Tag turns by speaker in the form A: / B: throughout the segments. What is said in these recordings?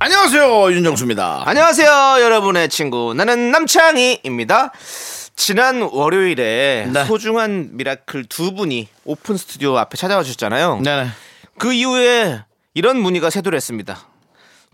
A: 안녕하세요 윤정수입니다.
B: 안녕하세요, 여러분의 친구. 나는 남창희입니다. 지난 월요일에
A: 네.
B: 소중한 미라클 두 분이 오픈 스튜디오 앞에 찾아와 주셨잖아요.
A: 네네.
B: 그 이후에 이런 문의가 세도했습니다.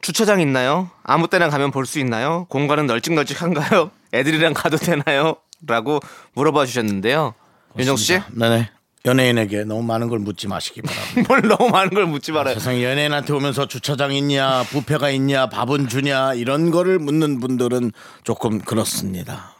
B: 주차장 있나요? 아무 때나 가면 볼 수 있나요? 공간은 널찍널찍한가요? 애들이랑 가도 되나요? 라고 물어봐 주셨는데요. 윤정수 씨,
A: 네네. 연예인에게 너무 많은 걸 묻지 마시기 바랍니다.
B: 뭘 너무 많은 걸 묻지 말아요.
A: 세상 연예인한테 오면서 주차장 있냐, 부페가 있냐, 밥은 주냐 이런 거를 묻는 분들은 조금 그렇습니다.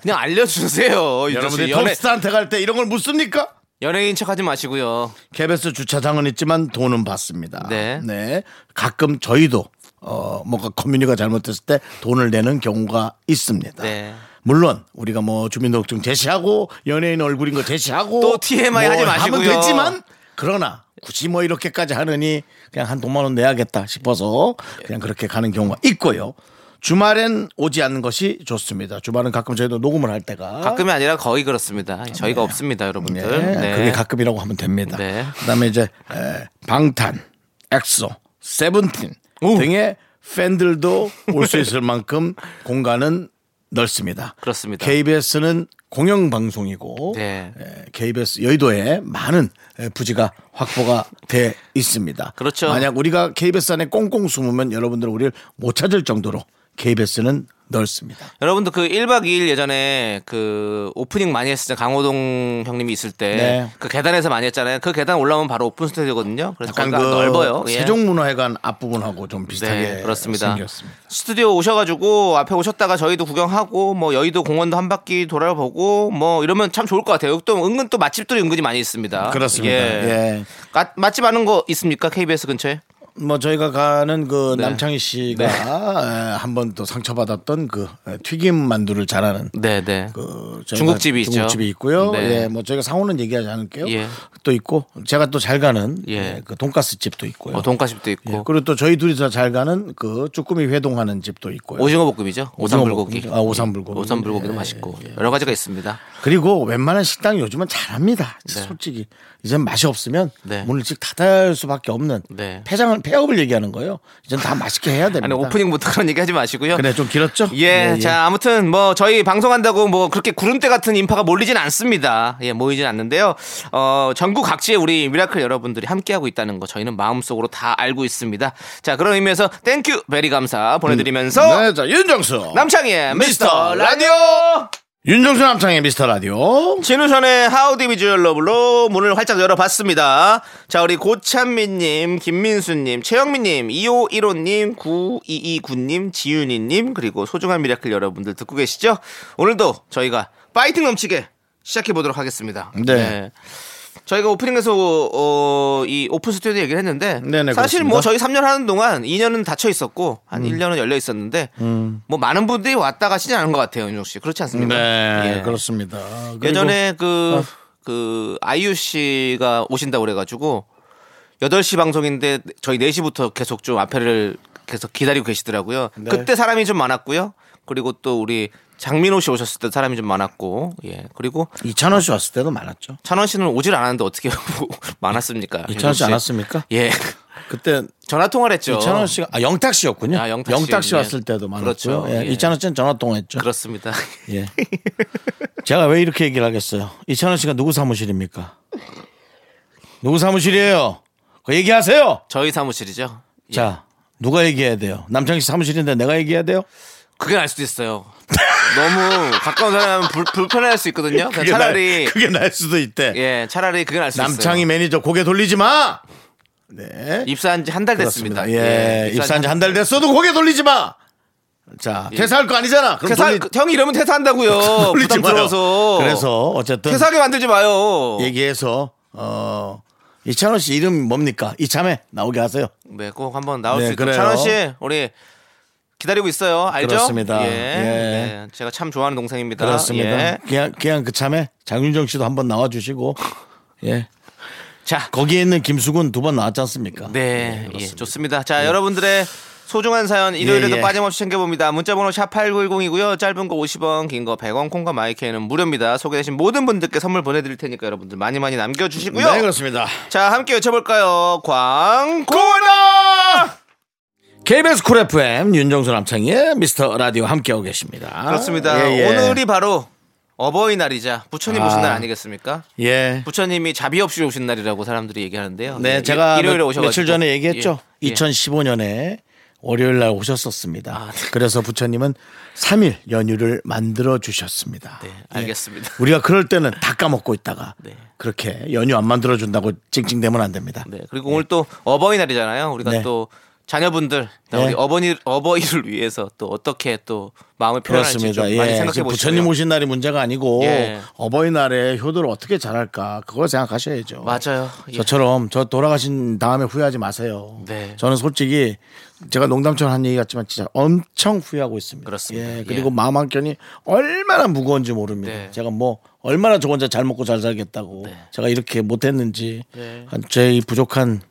B: 그냥 알려주세요. 윤정수 씨.
A: 여러분들이
B: 연예,
A: 톱스타한테 갈 때 이런 걸 묻습니까?
B: 연예인 척 하지 마시고요.
A: KBS 주차장은 있지만 돈은 받습니다.
B: 네.
A: 가끔 저희도 어 뭔가 커뮤니가 잘못됐을 때 돈을 내는 경우가 있습니다.
B: 네.
A: 물론 우리가 뭐 주민등록증 제시하고 연예인 얼굴인 거 제시하고
B: 또 TMI 하지 마시고요.
A: 하면 되지만 그러나 굳이 뭐 이렇게까지 하느니 그냥 한 돈만 원 내야겠다 싶어서 그냥 그렇게 가는 경우가 있고요. 주말엔 오지 않는 것이 좋습니다. 주말은 가끔 저희도 녹음을 할 때가
B: 가끔이 아니라 거의 그렇습니다. 저희가 없습니다, 여러분들.
A: 네, 그게 가끔이라고 하면 됩니다.
B: 네.
A: 그다음에 이제 에, 방탄, 엑소, 세븐틴
B: 오.
A: 등의 팬들도 올 수 있을 만큼 공간은 넓습니다.
B: 그렇습니다.
A: KBS는 공영 방송이고
B: 네.
A: 에, KBS 여의도에 많은 에, 부지가 확보가 돼 있습니다.
B: 그렇죠.
A: 만약 우리가 KBS 안에 꽁꽁 숨으면 여러분들은 우리를 못 찾을 정도로 KBS는 넓습니다.
B: 여러분도 그 1박 2일 예전에 그 오프닝 많이 했었죠. 강호동 형님이 있을 때.
A: 네.
B: 그 계단에서 많이 했잖아요. 그 계단 올라오면 바로 오픈 아, 스튜디오거든요. 그래서
A: 약간
B: 약간
A: 그
B: 넓어요. 예.
A: 세종문화회관 앞부분하고 좀 비슷하게
B: 네, 그렇습니다.
A: 생겼습니다.
B: 스튜디오 오셔가지고 앞에 오셨다가 저희도 구경하고 뭐 여의도 공원도 한 바퀴 돌아보고 뭐 이러면 참 좋을 것 같아요. 또 은근 또 맛집들이 은근히 많이 있습니다.
A: 그렇습니다. 예.
B: 아, 맛집 아는 거 있습니까? KBS 근처에?
A: 뭐 저희가 가는 그
B: 네.
A: 남창희 씨가 에, 한번 또 상처받았던 그 에, 튀김 만두를 잘하는
B: 네, 네.
A: 그 저희가
B: 중국집이 있죠.
A: 중국집이 있고요.
B: 네.
A: 예, 뭐 저희가 상호는 얘기하지 않을게요.
B: 예.
A: 또 있고 제가 또 잘 가는
B: 예.
A: 예, 그 돈가스 집도 있고요.
B: 어, 돈가스집도 있고.
A: 예, 그리고 또 저희 둘이서 잘 가는 그 쭈꾸미 회동하는 집도 있고요.
B: 오징어 볶음이죠.
A: 예. 오징어
B: 오삼불고기.
A: 볶음이죠. 아, 오삼불고기.
B: 오삼불고기도
A: 예,
B: 맛있고 여러 가지가 있습니다.
A: 그리고 웬만한 식당 요즘은 잘합니다.
B: 네.
A: 솔직히 이젠 맛이 없으면
B: 네.
A: 문을 씩 닫을 수밖에 없는
B: 네.
A: 폐장을 폐업을 얘기하는 거예요. 이젠 다 맛있게 해야 됩니다.
B: 아니 오프닝부터 그런 얘기하지 마시고요.
A: 예. 그래 좀 길었죠?
B: 예, 자 아무튼 뭐 저희 방송한다고 뭐 그렇게 구름대 같은 인파가 몰리진 않습니다. 예, 모이진 않는데요. 어, 전국 각지에 우리 미라클 여러분들이 함께하고 있다는 거 저희는 마음속으로 다 알고 있습니다. 자 그런 의미에서 땡큐 베리 감사 보내드리면서
A: 네, 자 윤정수
B: 남창희의
A: 미스터
B: 미스터 라디오
A: 윤정수 남창의 미스터 라디오
B: 진우션의 하우디 비주얼 러블로 문을 활짝 열어봤습니다. 자, 우리 고찬민님, 김민수님, 최영민님, 2515님, 9229님, 지윤이님, 그리고 소중한 미라클 여러분들 듣고 계시죠? 오늘도 저희가 파이팅 넘치게 시작해보도록 하겠습니다.
A: 네.
B: 저희가 오프닝에서 어, 이 오픈 스튜디오 얘기를 했는데
A: 네네,
B: 사실
A: 그렇습니다.
B: 뭐
A: 음.
B: 저희 3년 하는 동안 2년은 닫혀 있었고 한 1년은 열려 있었는데 뭐 많은 분들이 왔다 가시지 않은 것 같아요, 윤종 씨. 그렇지 않습니까?
A: 네
B: 예.
A: 그렇습니다 그리고 아.
B: 예전에 그, 그, 아이유 씨가 오신다고 그래가지고, 8시 방송인데 저희 4시부터 계속 좀 앞에를 계속 기다리고 계시더라고요.
A: 네.
B: 그때 사람이 좀 많았고요. 그리고 또 우리 장민호 씨 오셨을 때 사람이 좀 많았고, 예. 그리고
A: 이찬원 씨 왔을 때도 많았죠
B: 찬원 씨는 오질 않았는데 어떻게 많았습니까?
A: 이찬원 씨
B: 윤정
A: 안 왔습니까?
B: 예.
A: 그때
B: 전화 통화를 했죠.
A: 이찬원 씨가 아 영탁 씨였군요
B: 아, 영탁 씨.
A: 영탁 씨
B: 예.
A: 왔을 때도 많았죠
B: 그렇죠.
A: 예.
B: 예.
A: 이찬원 씨는 전화 통화했죠
B: 그렇습니다.
A: 예. 제가 왜 이렇게 얘기를 하겠어요 이찬원 씨가 누구 사무실입니까? 누구 사무실이에요? 그 얘기하세요
B: 저희 사무실이죠. 예.
A: 자 누가 얘기해야 돼요 남창희 씨 사무실인데 내가 얘기해야 돼요?
B: 그게 날 수도 있어요. 너무 가까운 사람은 불, 불편할 수 있거든요. 그냥 차라리
A: 그게 날 수도 있대
B: 예, 차라리 그게 날수
A: 남창희
B: 있어요.
A: 매니저 고개 돌리지 마. 네.
B: 입사한 지 한 달 됐습니다.
A: 예. 입사한 지 한 달 됐어도 고개 돌리지 마. 자, 퇴사할 거 아니잖아. 그럼
B: 예. 퇴사
A: 돌리,
B: 형이 이러면 퇴사한다고요.
A: 돌리지 마요.
B: 부담스러워서.
A: 그래서 어쨌든
B: 퇴사하게 만들지 마요.
A: 얘기해서 어 이찬원 씨 이름 뭡니까? 이참에 나오게 하세요.
B: 네, 꼭 한번 나올
A: 네,
B: 수 있도록
A: 그래요.
B: 찬원 씨, 우리 기다리고 있어요. 알죠?
A: 그렇습니다.
B: 예.
A: 예.
B: 네, 제가 참 좋아하는 동생입니다.
A: 그렇습니다.
B: 예.
A: 그냥 그냥 그 참에 장윤정 씨도 한번 나와주시고 예
B: 자,
A: 거기에 있는 김숙은 두 번 나왔지 않습니까?
B: 네, 예, 좋습니다. 자, 여러분들의 소중한 사연 일요일에도
A: 예, 예.
B: 빠짐없이 챙겨봅니다. 문자번호 샵 8910이고요. 짧은 거 50원, 긴 거 100원, 콩과 마이크에는 무료입니다. 소개되신 모든 분들께 선물 보내드릴 테니까 여러분들 많이 많이 남겨주시고요.
A: 네, 그렇습니다.
B: 자, 함께 외쳐볼까요? 광고나!
A: KBS 쿨 FM 윤정수 남창희의 미스터 라디오 함께하고 계십니다.
B: 그렇습니다.
A: 예, 예.
B: 오늘이 바로 어버이날이자 부처님 오신
A: 아.
B: 날 아니겠습니까?
A: 예.
B: 부처님이 자비 없이 오신 날이라고 사람들이 얘기하는데요.
A: 네,
B: 예,
A: 제가
B: 일요일에
A: 며-
B: 오셔가지고.
A: 며칠 전에 얘기했죠.
B: 예, 예.
A: 2015년에 월요일 날 오셨었습니다.
B: 아, 네.
A: 그래서 부처님은 3일 연휴를 만들어 주셨습니다. 예.
B: 네, 알겠습니다.
A: 우리가 그럴 때는 다 까먹고 있다가
B: 네.
A: 그렇게 연휴 안 만들어 준다고 찡찡대면 안 됩니다.
B: 네. 그리고 오늘 또 어버이날이잖아요. 우리가
A: 예. 네.
B: 또 자녀분들 우리
A: 예.
B: 어버이 어버이를 위해서 또 어떻게 또 마음을 표현할지 좀
A: 그렇습니다.
B: 많이
A: 예,
B: 생각해
A: 지금
B: 보시고요.
A: 부처님 오신 날이 문제가 아니고
B: 예.
A: 어버이날에 효도를 어떻게 잘할까 그걸 생각하셔야죠.
B: 맞아요. 예.
A: 저처럼 저 돌아가신 다음에 후회하지 마세요.
B: 네.
A: 저는 솔직히 제가 농담처럼 한 얘기 같지만 진짜 엄청 후회하고 있습니다.
B: 그렇습니다.
A: 예, 그리고
B: 예.
A: 마음 한 켠이 얼마나 무거운지 모릅니다.
B: 네.
A: 제가 뭐 얼마나 저 혼자 잘 먹고 잘 살겠다고 제가 이렇게 못했는지
B: 네.
A: 제 이 부족한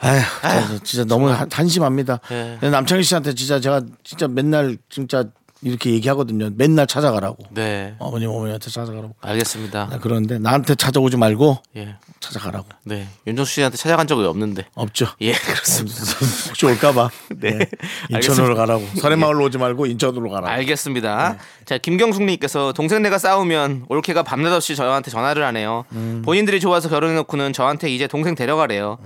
A: 아휴, 저 진짜 너무 한- 한심합니다.
B: 예.
A: 근데 남창희 씨한테 진짜 제가 진짜 맨날 진짜 이렇게 얘기하거든요. 맨날 찾아가라고.
B: 네.
A: 어머님 어머니한테 찾아가라고.
B: 알겠습니다.
A: 나 그러는데 나한테 찾아오지 말고
B: 예.
A: 찾아가라고.
B: 네. 윤정수 씨한테 찾아간 적이 없는데.
A: 없죠.
B: 예, 그렇습니다.
A: 혹시 올까봐.
B: 네.
A: 예. 인천으로
B: 알겠습니다. 예.
A: 가라고. 설해마을로 오지 말고 인천으로 가라고.
B: 알겠습니다. 자, 김경숙님께서 동생 네가 싸우면 올케가 밤낮없이 저한테 전화를 하네요. 본인들이 좋아서 결혼해놓고는 저한테 이제 동생 데려가래요.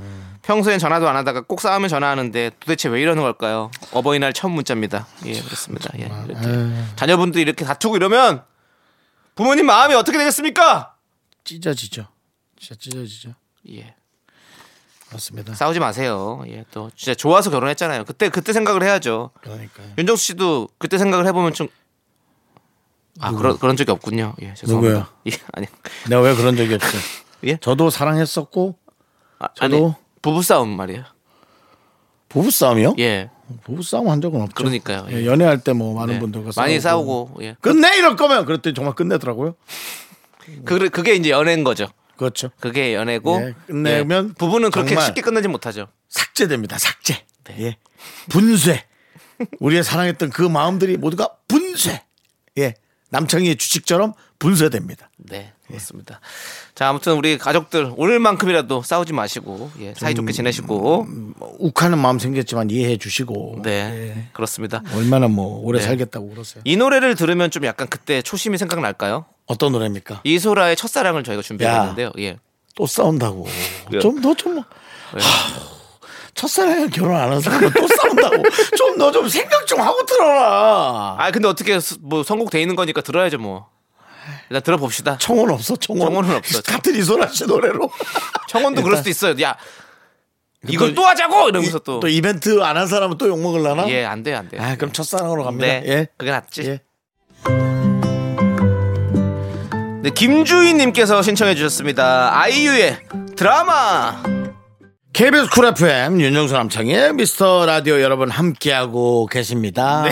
B: 평소엔 전화도 안 하다가 꼭 싸우면 전화하는데 도대체 왜 이러는 걸까요? 어버이날 첫 문자입니다. 예, 그렇습니다. 예, 이렇게 자녀분들이 이렇게 다투고 이러면 부모님 마음이 어떻게 되겠습니까?
A: 찢어지죠. 진짜 찢어지죠.
B: 예,
A: 맞습니다.
B: 싸우지 마세요. 예, 또 진짜 좋아서 결혼했잖아요. 그때 그때 생각을 해야죠.
A: 그러니까요.
B: 윤정수 씨도 그때 생각을 해보면 좀. 아 그런 그런 적이 없군요. 예 죄송합니다.
A: 누구요?
B: 예 아니
A: 내가 왜 그런 적이 없어?
B: 예?
A: 저도 사랑했었고
B: 아, 아니
A: 저도-
B: 부부 싸움 말이에요.
A: 부부 싸움이요?
B: 예
A: 부부 싸움 한 적은 없죠.
B: 그러니까요. 예.
A: 예, 연애할 때 뭐 많은
B: 네.
A: 분들과
B: 많이 싸우고 예.
A: 끝내 이럴 거면 그랬더니 정말 끝내더라고요.
B: 그 그게 이제 연애인 거죠.
A: 그렇죠.
B: 그게 연애고
A: 예, 끝내면
B: 예. 부부는 그렇게
A: 정말-
B: 쉽게 끝내지 못하죠.
A: 삭제됩니다. 삭제.
B: 네.
A: 예. 분쇄. 우리의 사랑했던 그 마음들이 모두가 분쇄. 예. 남창희의 주식처럼 분쇄됩니다.
B: 네 그렇습니다.
A: 예.
B: 자 아무튼 우리 가족들 오늘만큼이라도 싸우지 마시고 예, 사이좋게 지내시고
A: 뭐 욱하는 마음 생겼지만 이해해 주시고 예.
B: 네 그렇습니다.
A: 얼마나 뭐 오래
B: 네.
A: 살겠다고 그러세요.
B: 이 노래를 들으면 좀 약간 그때 초심이 생각날까요?
A: 어떤 노래입니까?
B: 이소라의 첫사랑을 저희가 준비했는데요. 예.
A: 또 싸운다고.
B: 네.
A: 좀 더 좀. 하, 첫사랑이랑 결혼 안 한 사람은 또 싸운다고. 좀 너 좀 생각 좀 하고 들어라.
B: 아 근데 어떻게 수- 뭐 선곡돼 있는 거니까 들어야죠 뭐. 일단 들어봅시다.
A: 청혼 없어, 청혼.
B: 청혼은 없어.
A: 같은 이소라 씨 노래로.
B: 청원도 그럴 수도 있어요. 야 이걸
A: 또-
B: 또 하자고 이러면서
A: 또,
B: 또.
A: 이벤트 안 한 사람은 또 욕먹을라나?
B: 예, 안 돼, 안 돼.
A: 아, 그럼 첫사랑으로 갑니다.
B: 네,
A: 예.
B: 그게 낫지.
A: 예.
B: 네, 김주희님께서 신청해 주셨습니다. 아이유의 드라마.
A: KBS 쿨 FM 윤정수 남창의 미스터 라디오 여러분 함께하고 계십니다.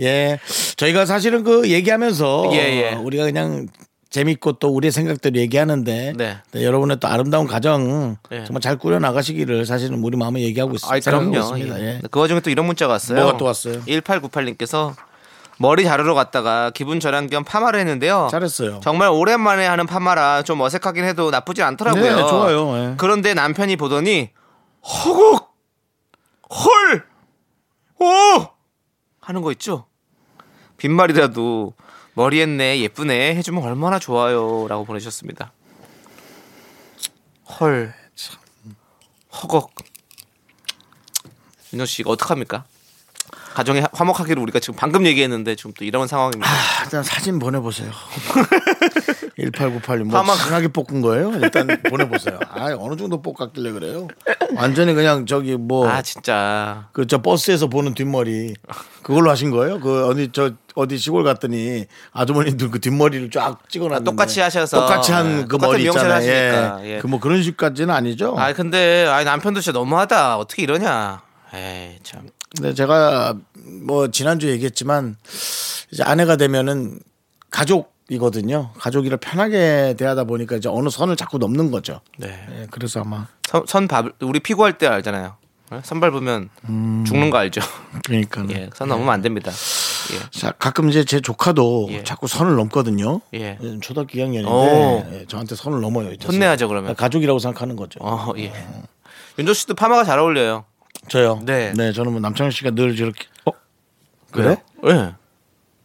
A: 예. 저희가 사실은 그 얘기하면서
B: 네. 예, 예.
A: 어, 우리가 그냥 재밌고 또 우리의 생각들 얘기하는데
B: 네.
A: 네, 여러분의 또 아름다운 가정
B: 예.
A: 정말 잘 꾸려 나가시기를 사실은 우리 마음에 얘기하고 있-
B: 아이
A: 생각하고
B: 그럼요.
A: 있습니다.
B: 예.
A: 예.
B: 그 와중에 또 이런 문자가 왔어요.
A: 뭐가 또 왔어요?
B: 1898님께서 머리 자르러 갔다가 기분 전환 겸 파마를 했는데요.
A: 잘했어요.
B: 정말 오랜만에 하는 파마라 좀 어색하긴 해도 나쁘지 않더라고요.
A: 네, 좋아요. 예.
B: 그런데 남편이 보더니 허걱 헐! 오! 하는 거 있죠? 빈말이라도 머리 했네 예쁘네 해주면 얼마나 좋아요 라고 보내주셨습니다 헐 허걱 윤정씨 이거 어떡합니까? 가정에 화- 화목하기를 우리가 지금 방금 얘기했는데 지금 또 이런 상황입니다
A: 아, 일단 사진 보내보세요. 1898님 뭐
B: 파마-
A: 강하게 볶은 거예요? 일단 보내보세요. 아 어느 정도 볶았길래 그래요? 완전히 그냥 저기 뭐
B: 아 진짜
A: 그 저 버스에서 보는 뒷머리 그걸로 하신 거예요? 그 어디 저 어디 시골 갔더니 아주머니들 그 뒷머리를 쫙 찍어놨는데
B: 똑같이 하셔서.
A: 똑같이 한
B: 네,
A: 그
B: 똑같은
A: 머리
B: 미용실
A: 있잖아요.
B: 하시니까. 예.
A: 그 뭐 그런 식까지는 아니죠.
B: 아 근데 아 남편도 진짜 너무하다 어떻게 이러냐 에이 참
A: 근데 네, 제가 뭐 지난주 에 얘기했지만 이제 아내가 되면은 가족이거든요. 가족이라 편하게 대하다 보니까 이제 어느 선을 자꾸 넘는 거죠.
B: 네.
A: 예, 그래서 아마
B: 선, 선밥 우리 피구할 때 알잖아요 어? 선 밟으면
A: 음.
B: 죽는 거 알죠
A: 그러니까
B: 예, 선 넘으면 안 됩니다 예.
A: 자, 가끔 이제 제 조카도
B: 예.
A: 자꾸 선을 넘거든요.
B: 예.
A: 초등학교 2학년인데 예,
B: 오.
A: 저한테 선을 넘어요. 이제.
B: 혼내야죠, 그러면.
A: 가족이라고 생각하는 거죠.
B: 어, 예. 윤조 씨도 파마가 잘 어울려요.
A: 저요.
B: 네.
A: 저는 뭐 남창희 씨가 늘 저렇게 어 그래?
B: 예. 네.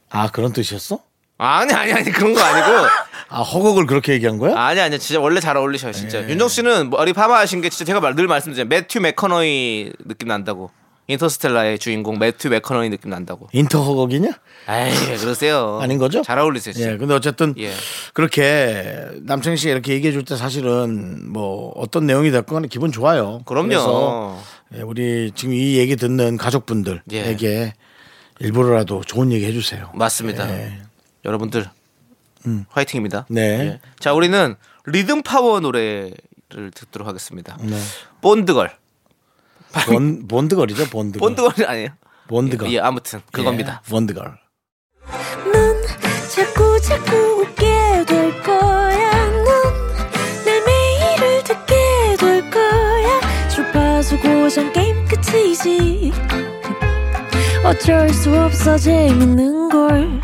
A: 아 그런 뜻이었어?
B: 아니 아니 아니 그런 거 아니고
A: 아 허걱을 그렇게 얘기한 거야?
B: 아니 아니 진짜 원래 잘 어울리셔요 진짜
A: 예.
B: 윤정 씨는 머리 파마하신 게 진짜 제가 말- 늘 말씀드리잖아요 매튜 맥커너이 느낌 난다고 인터스텔라의 주인공 매튜 맥커너이 느낌 난다고
A: 인터 허걱이냐?
B: 에이 그러세요
A: 아닌 거죠?
B: 어, 잘 어울리세요 진짜
A: 예, 근데 어쨌든
B: 예.
A: 그렇게 남창희 씨가 이렇게 얘기해 줄 때 사실은 뭐 어떤 내용이 됐건 기분 좋아요.
B: 그럼요.
A: 그래서 예, 우리 지금 이 얘기 듣는 가족분들에게
B: 예.
A: 일부러라도 좋은 얘기 해주세요.
B: 맞습니다
A: 예.
B: 여러분들 화이팅입니다
A: 네.
B: 예. 자 우리는 리듬 파워 노래를 듣도록 하겠습니다
A: 네.
B: 본드걸
A: 본, 본드걸이죠, 본드걸.
B: 본드걸이 아니에요
A: 본드걸.
B: 예 아무튼 그겁니다
A: 예, 본드걸.
C: 넌 자꾸 자꾸 웃게 될 거야. 넌내 매일을 듣게 될 거야. 주파수 고정 게임 끝이지. 어쩔 수 없어 재밌는 걸.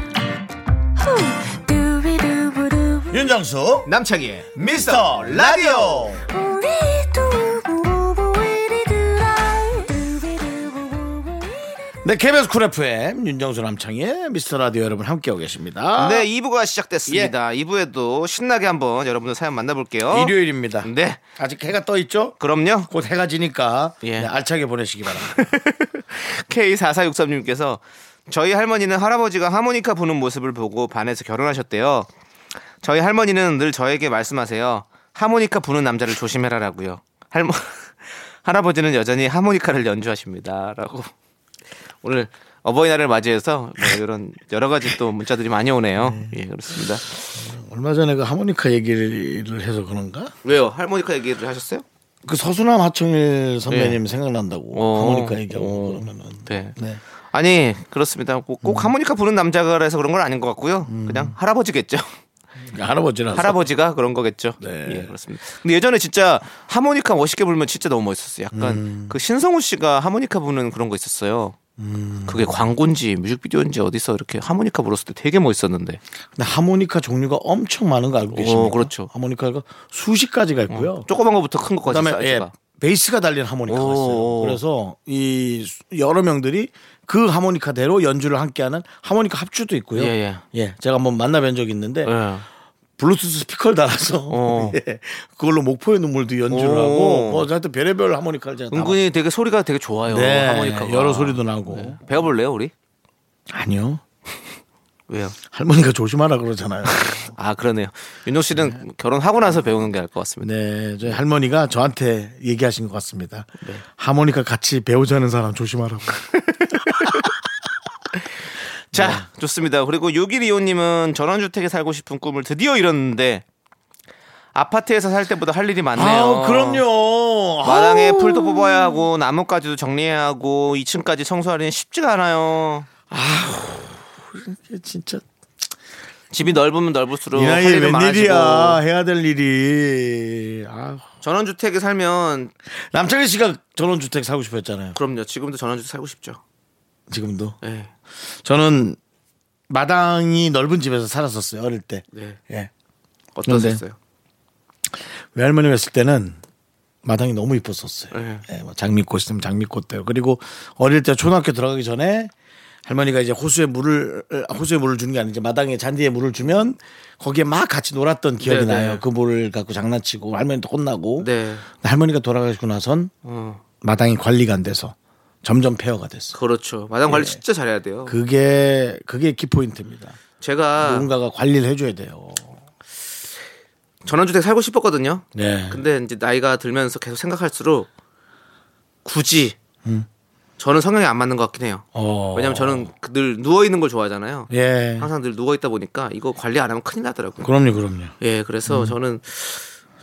C: 후. 두비두부두.
A: 윤정수.
B: 남창희의 미스터 라디오
C: 우리 두부부부 우리들아. 두비두부부부 우리들아.
A: 네, KBS 쿨 FM 윤정수 남창희의 미스터 라디오 여러분 함께하고 계십니다.
B: 네, 2부가 시작됐습니다. 2부에도 신나게 한번 여러분들 사연 만나볼게요.
A: 예. 일요일입니다.
B: 어? 네.
A: 아직 해가 떠 있죠?
B: 그럼요.
A: 곧 해가 지니까
B: 예.
A: 네, 알차게 보내시기 바랍니다.
B: K4463님께서 저희 할머니는 할아버지가 하모니카 부는 모습을 보고 반해서 결혼하셨대요. 저희 할머니는 늘 저에게 말씀하세요. 하모니카 부는 남자를 조심해라라고요. 할머 할아버지는 여전히 하모니카를 연주하십니다라고 오늘 어버이날을 맞이해서 뭐 이런 여러 가지 또 문자들이 많이 오네요. 예, 그렇습니다.
A: 얼마 전에 그 하모니카 얘기를 해서 그런가?
B: 왜요? 할모니카 얘기를 하셨어요?
A: 그 서수남 하청일 선배님 생각난다고
B: 네. 어.
A: 하모니카 얘기하고
B: 어.
A: 그러면은
B: 네.
A: 네.
B: 아니 그렇습니다. 꼭, 꼭 하모니카 부는 남자가 해서 그런 건 아닌 것 같고요. 그냥 할아버지겠죠.
A: 할아버지라서
B: 할아버지가 그런 거겠죠.
A: 네.
B: 예, 그렇습니다. 근데 예전에 진짜 하모니카 멋있게 불면 진짜 너무 멋있었어요. 약간
A: 음.
B: 그 신성우 씨가 하모니카 부는 그런 거 있었어요.
A: 음.
B: 그게 광고인지 뮤직비디오인지 어디서 이렇게 하모니카 불었을 때 되게 멋있었는데.
A: 근데 하모니까 종류가 엄청 많은 거 알고 계십니까?
B: 그렇죠.
A: 하모니카가 수십 가지가 있고요.
B: 조그만 거부터 큰 거까지
A: 어. 그다음에 예,
B: 사이즈가.
A: 베이스가 달린 하모니카가 있어요.
B: 오.
A: 그래서 이 수- 여러 명들이 그 하모니카대로 연주를 함께하는 하모니카 합주도 있고요.
B: 예, 예.
A: 제가 한번 만나뵌 적이 있는데
B: 예.
A: 블루투스 스피커를 달아서
B: 어.
A: 예, 그걸로 목포의 눈물도 연주를
B: 오.
A: 하고 뭐 하여튼 별의별 하모니카를 제가
B: 은근히 되게 소리가 되게 좋아요.
A: 담았- 네,
B: 하모니카가. 네.
A: 여러 소리도 나고
B: 배워볼래요 우리?
A: 네. 아니요
B: 왜요?
A: 할머니가 조심하라 그러잖아요.
B: 아 그러네요. 윤종 씨는 결혼하고 나서 배우는 게 나을 것 같습니다.
A: 네, 저희 할머니가 저한테 얘기하신 것 같습니다.
B: 네.
A: 하모니카 같이 배우자는 사람 조심하라고.
B: 자,
A: 네.
B: 좋습니다. 그리고 6125님은 전원주택에 살고 싶은 꿈을 드디어 이뤘는데 아파트에서 살 때보다 할 일이 많네요.
A: 아우, 그럼요. 아,
B: 마당에 풀도 뽑아야 하고 나뭇가지도 정리해야 하고 2층까지 청소하려니 쉽지가 않아요.
A: 아우, 진짜
B: 집이 넓으면 넓을수록
A: 이
B: 어, 할
A: 나이에
B: 일이
A: 웬일이야
B: 많아지고
A: 해야 될 일이 아우.
B: 전원주택에 살면
A: 남창희 씨가 전원주택 사고 싶어 했잖아요
B: 그럼요. 지금도 전원주택 살고 싶죠.
A: 지금도
B: 예.
A: 저는 마당이 넓은 집에서 살았었어요 어릴 때
B: 네.
A: 예.
B: 어떠셨어요?
A: 외할머니가 있을 때는 마당이 너무 이뻤었어요
B: 네.
A: 예, 뭐 장미꽃 있으면 장미꽃대요 그리고 어릴 때 초등학교 들어가기 전에 할머니가 이제 호수에 물을 호수에 물을 주는 게 아니지 마당에 잔디에 물을 주면 거기에 막 같이 놀았던 기억이
B: 네, 네.
A: 나요 그 물을 갖고 장난치고 할머니도 혼나고
B: 네.
A: 할머니가 돌아가시고 나선
B: 어.
A: 마당이 관리가 안 돼서 점점 폐허가 됐어.
B: 그렇죠. 마당
A: 예.
B: 관리 진짜 잘해야 돼요.
A: 그 그게 그게 키포인트입니다.
B: 제가
A: 누군가가 관리를 해줘야 돼요.
B: 전원주택 살고 싶었거든요.
A: 네.
B: 근데 이제 나이가 들면서 계속 생각할수록 굳이 저는 성향이 안 맞는 것 같긴 해요.
A: 음. 어.
B: 왜냐면 저는 늘 누워 있는 걸 좋아하잖아요.
A: 예.
B: 항상 늘 누워 있다 보니까 이거 관리 안 하면 큰일 나더라고요.
A: 그럼요, 그럼요. 음.
B: 예, 그래서 저는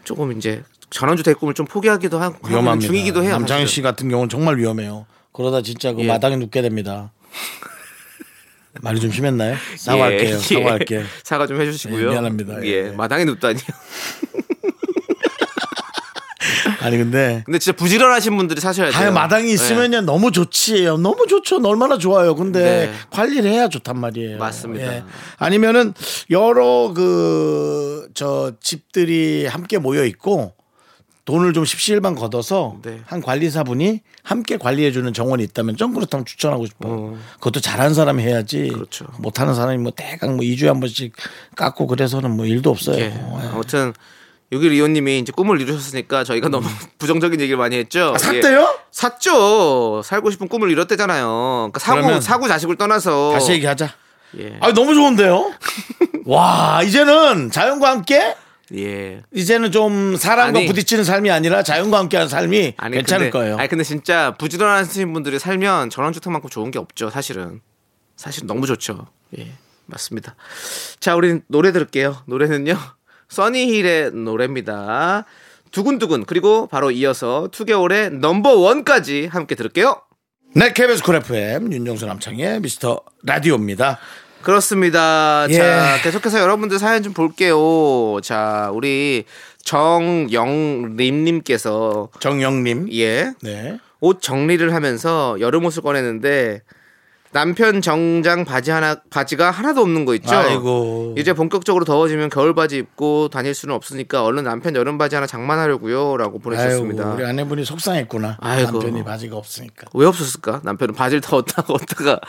B: 조금 이제 전원주택 꿈을 좀 포기하기도 하- 하고 하는
A: 위험합니다.
B: 중이기도 해요.
A: 남창희
B: 사실은.
A: 씨 같은 경우는 정말 위험해요. 그러다 진짜 그
B: 예.
A: 마당에 눕게 됩니다. 말이 좀 심했나요? 사과할게요.
B: 예,
A: 사과할게요.
B: 예. 사과 좀 해주시고요.
A: 예, 미안합니다.
B: 예,
A: 예.
B: 마당에 눕다니요.
A: 아니 근데
B: 근데 진짜 부지런하신 분들이 사셔야 돼요.
A: 아예 마당이 있으면 요 너무 좋지예요. 너무 좋죠. 얼마나 좋아요. 근데
B: 네.
A: 관리를 해야 좋단 말이에요. 예.
B: 맞습니다.
A: 아니면은 여러 그 저 집들이 함께 모여 있고 돈을 좀 십시일반 걷어서
B: 네.
A: 한 관리사분이 함께 관리해주는 정원이 있다면 좀 그렇다면 추천하고 싶어. 요 그것도 잘하는 사람이 해야지.
B: 음. 그렇죠.
A: 못하는 사람이 뭐 대강 뭐 2주에 한 번씩 깎고 그래서는 뭐 일도 없어요.
B: 예.
A: 예.
B: 아무튼 유길 이호님이 이제 꿈을 이루셨으니까 저희가 너무 부정적인 얘기를 많이 했죠.
A: 음.
B: 예.
A: 아, 샀대요?
B: 샀죠. 살고 싶은 꿈을 이뤘대잖아요. 그러니까 사고
A: 그러면
B: 사고 자식을 떠나서
A: 다시 얘기하자.
B: 예.
A: 아 너무 좋은데요? 와 이제는 자연과 함께
B: 예.
A: 이제는 좀 사람과
B: 아니.
A: 부딪히는 삶이 아니라 자연과 함께하는 삶이
B: 아니,
A: 괜찮을
B: 근데,
A: 거예요.
B: 아니 근데 진짜 부지런하신 분들이 살면 전원주택만큼 좋은 게 없죠. 사실은 사실 너무 좋죠. 예 맞습니다. 자 우린 노래 들을게요. 노래는요 써니힐의 노래입니다. 두근두근 그리고 바로 이어서 2개월의 넘버 원까지 함께 들을게요.
A: 네, KBS 쿨 FM 윤정수 남창의 미스터 라디오입니다.
B: 그렇습니다.
A: 예.
B: 자, 계속해서 여러분들 사연 좀 볼게요. 자, 우리 정영림님께서
A: 정영님,
B: 예,
A: 네,
B: 옷 정리를 하면서 여름 옷을 꺼내는데 남편 정장 바지 하나 바지가 하나도 없는 거 있죠.
A: 아이고.
B: 이제 본격적으로 더워지면 겨울 바지 입고 다닐 수는 없으니까 얼른 남편 여름 바지 하나 장만하려고요라고
A: 아이고,
B: 보내주셨습니다.
A: 우리 아내분이 속상했구나.
B: 아이고.
A: 남편이 바지가 없으니까.
B: 왜 없었을까? 남편은 바지를 더웠다가 얻다가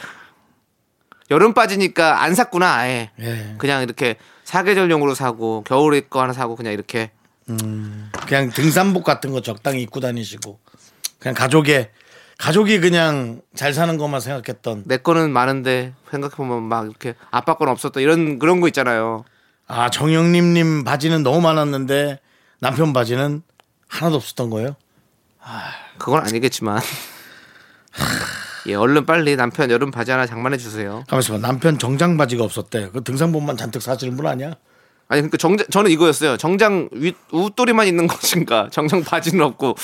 B: 여름 바지니까 안 샀구나 아예.
A: 예.
B: 그냥 이렇게 사계절용으로 사고 겨울에 거 하나 사고 그냥 이렇게
A: 그냥 등산복 같은 거 적당히 입고 다니시고 그냥 가족의 가족이 그냥 잘 사는 것만 생각했던
B: 내 거는 많은데 생각해 보면 막 이렇게 아빠 거는 없었다 이런 그런 거 있잖아요.
A: 아 정영님님 바지는 너무 많았는데 남편 바지는 하나도 없었던 거예요.
B: 그건 아니겠지만 예 얼른 빨리 남편 여름 바지 하나 장만해 주세요.
A: 가만있어 봐. 남편 정장 바지가 없었대. 그 등산복만 잔뜩 사시는 분 아니야?
B: 아니 그러니까 정장 저는 이거였어요. 정장 윗 웃돌이만 있는 것인가? 정장 바지는 없고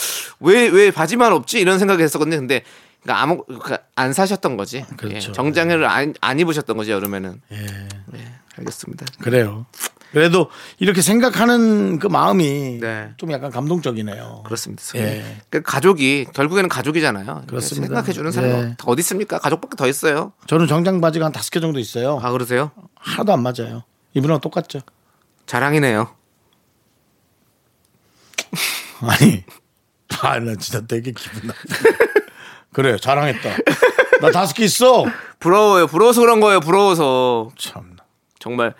B: 왜 왜 바지만 없지? 이런 생각했었거든요. 근데 그러니까 아무 그러니까 안 사셨던 거지.
A: 그렇죠.
B: 예, 정장을 안, 안 입으셨던 거지 여름에는. 예. 알겠습니다.
A: 그래요. 그래도 이렇게 생각하는 그 마음이
B: 네.
A: 좀 약간 감동적이네요.
B: 그렇습니다.
A: 예.
B: 그러니까 가족이 결국에는 가족이잖아요.
A: 그렇습니다.
B: 생각해 주는 사람 뭐
A: 예.
B: 어디 있습니까? 가족밖에 더 있어요.
A: 저는 정장 바지가 한 다섯 개 정도 있어요.
B: 아 그러세요?
A: 하나도 안 맞아요. 이분하고 똑같죠.
B: 자랑이네요.
A: 아니, 아, 나 진짜 되게 기분 나. 그래, 자랑했다. 나 다섯 개 있어.
B: 부러워요. 부러워서 그런 거예요. 부러워서
A: 참.
B: 정말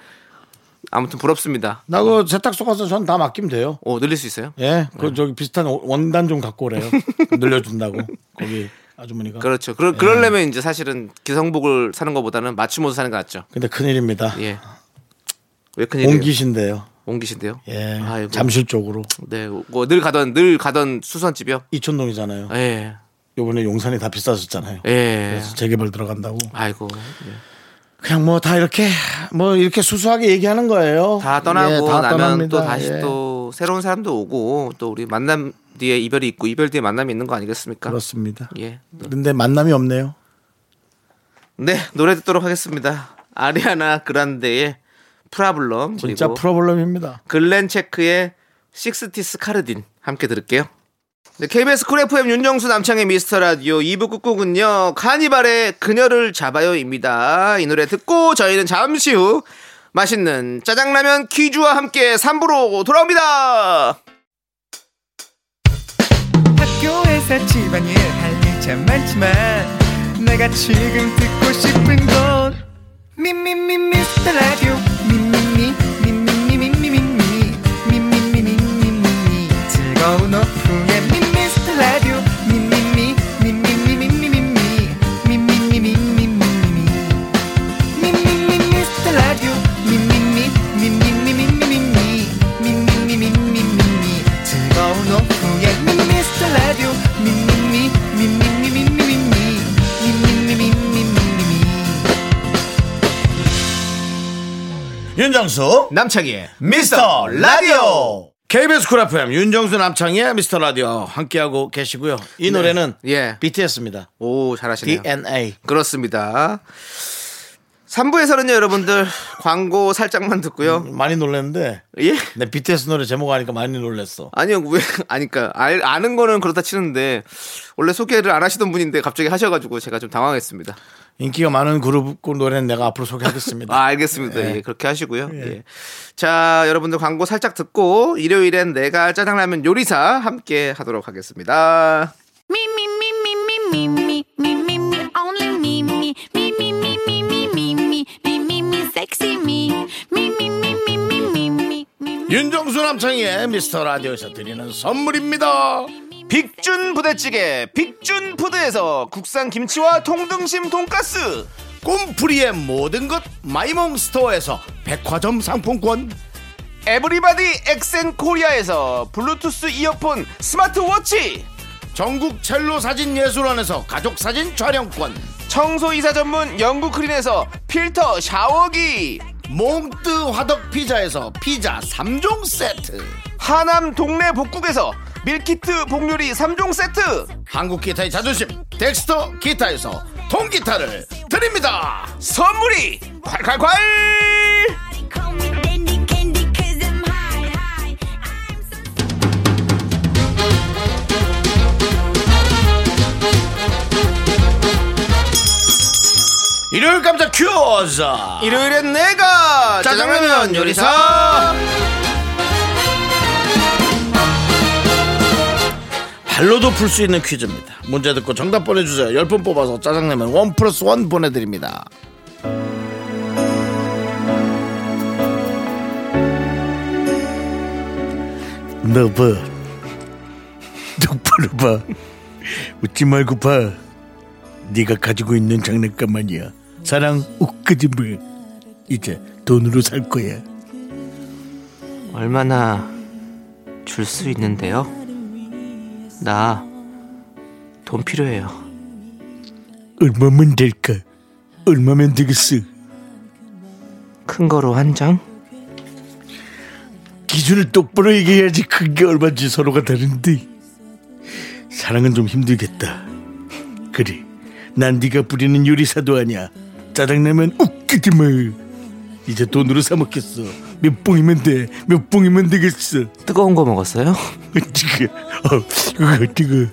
B: 아무튼 부럽습니다.
A: 나 그 세탁소 가서 전 다 맡기면 돼요.
B: 오 늘릴 수 있어요?
A: 예, 그 저기 비슷한 원단 좀 갖고 오래요. 늘려준다고 거기 아주머니가.
B: 그렇죠.
A: 예.
B: 그러, 그러려면 이제 사실은 기성복을 사는 것보다는 맞춤 옷을 사는 게 낫죠.
A: 근데 큰일입니다.
B: 예. 왜 큰일이에요?
A: 옹기신데요.
B: 옹기신데요?
A: 예,
B: 아이고.
A: 잠실 쪽으로
B: 네. 뭐늘 가던 늘 가던 수선집이요.
A: 이촌동이잖아요.
B: 예.
A: 요번에 용산이 다 비싸졌잖아요.
B: 예.
A: 어. 그래서 재개발 들어간다고.
B: 아이고. 예.
A: 그냥 뭐 다 이렇게 뭐 이렇게 수수하게 얘기하는 거예요.
B: 다 떠나고
A: 예, 다
B: 나면
A: 떠납니다.
B: 또 다시
A: 예.
B: 또 새로운 사람도 오고 또 우리 만남 뒤에 이별이 있고 이별 뒤에 만남이 있는 거 아니겠습니까?
A: 그렇습니다.
B: 예.
A: 근데 만남이 없네요.
B: 네 노래 듣도록 하겠습니다. 아리아나 그란데의 프라블럼 그리고
A: 진짜 프로블럼입니다.
B: 글렌 체크의 식스티스 카르딘 함께 들을게요. 네, KBS 쿨 FM 윤정수 남창의 미스터 라디오 2부 끝곡은요. 카니발의 그녀를 잡아요입니다. 이 노래 듣고 저희는 잠시 후 맛있는 짜장라면 퀴즈와 함께 3부로 돌아옵니다.
D: 학교에서 집안일 할 일 참 많지만 내가 지금 듣고 싶은 건 미미미 미스터 라디오 미미미 미미미 미미미 미미미 미미미 미미미 즐거운 오후에 미미스터 라디오 미미미 미미미 미미미 미미미 미미미 미미미 미미미 미스터 라디오 미미미 미미미 미미미 미미미
A: 윤정수
B: 남창희의
A: 미스터 라디오 KBS 쿨 FM 윤정수 남창희의 미스터 라디오 함께하고 계시고요 이 노래는
B: 예.
A: BTS입니다
B: 오 잘하시네요.
A: DNA
B: 그렇습니다. 3부에서는요 여러분들 광고 살짝만 듣고요.
A: 많이 놀랐는데
B: 예?
A: 내 BTS 노래 제목 아니까 많이 놀랐어
B: 아니요 왜 아니까 알, 아는 거는 그렇다 치는데 원래 소개를 안 하시던 분인데 갑자기 하셔가지고 제가 좀 당황했습니다.
A: 인기가 많은 그룹 노래는 내가 앞으로 소개하겠습니다
B: 아, 알겠습니다. 예, 그렇게 하시고요. 예. 자, 여러분들 광고 살짝 듣고 일요일엔 내가 짜장라면 요리사 함께 하도록 하겠습니다.
C: Me, me, me, me, me, me, me, me, me, me, only me, me, me, me, me, me, me, me, me, me, me, me, sexy me, me, me, me, me, me, me, me, me, me.
A: 윤정수 남창희의 미스터 라디오에서 드리는 선물입니다
B: 빅준 부대찌개 빅준 푸드에서 국산 김치와 통등심 돈가스
A: 꿈풀이의 모든 것 마이몽 스토어에서 백화점 상품권
B: 에브리바디 엑센 코리아에서 블루투스 이어폰 스마트워치
A: 전국 첼로 사진 예술원에서 가족 사진 촬영권
B: 청소이사 전문 영국 크린에서 필터 샤워기
A: 몽뜨 화덕 피자에서 피자 3종 세트
B: 하남 동네 복국에서 밀키트 복요리 3종 세트
A: 한국 기타의 자존심 덱스터 기타에서 통기타를 드립니다
B: 선물이 콸콸콸
C: Call me dandy candy 'cause I'm high, high. I'm so
A: 일요일 깜짝 퀴즈
B: 일요일엔 내가 짜장라면 요리사
A: 발로도 풀 수 있는 퀴즈입니다 문제 듣고 정답 보내주세요 10분 뽑아서 짜장라면 원 플러스 원 보내드립니다 너봐 똑바로 봐 웃지 말고 봐 네가 가지고 있는 장난감 아니야 사랑 웃거짓말 이제 돈으로 살 거야
B: 얼마나 줄 수 있는데요? 나 돈 필요해요
A: 얼마면 될까 얼마면 되겠어
B: 큰 거로 한 장?
A: 기준을 똑바로 얘기해야지 그게 얼마인지 서로가 다른데 사랑은 좀 힘들겠다 그래 난 네가 부리는 요리사도 아니야 짜장라면 웃기지 마 이제 돈으로 사 먹겠어 몇 봉이면 돼몇 봉이면 되겠어
B: 뜨거운 거 먹었어요?
A: 어떻게 어 어떻게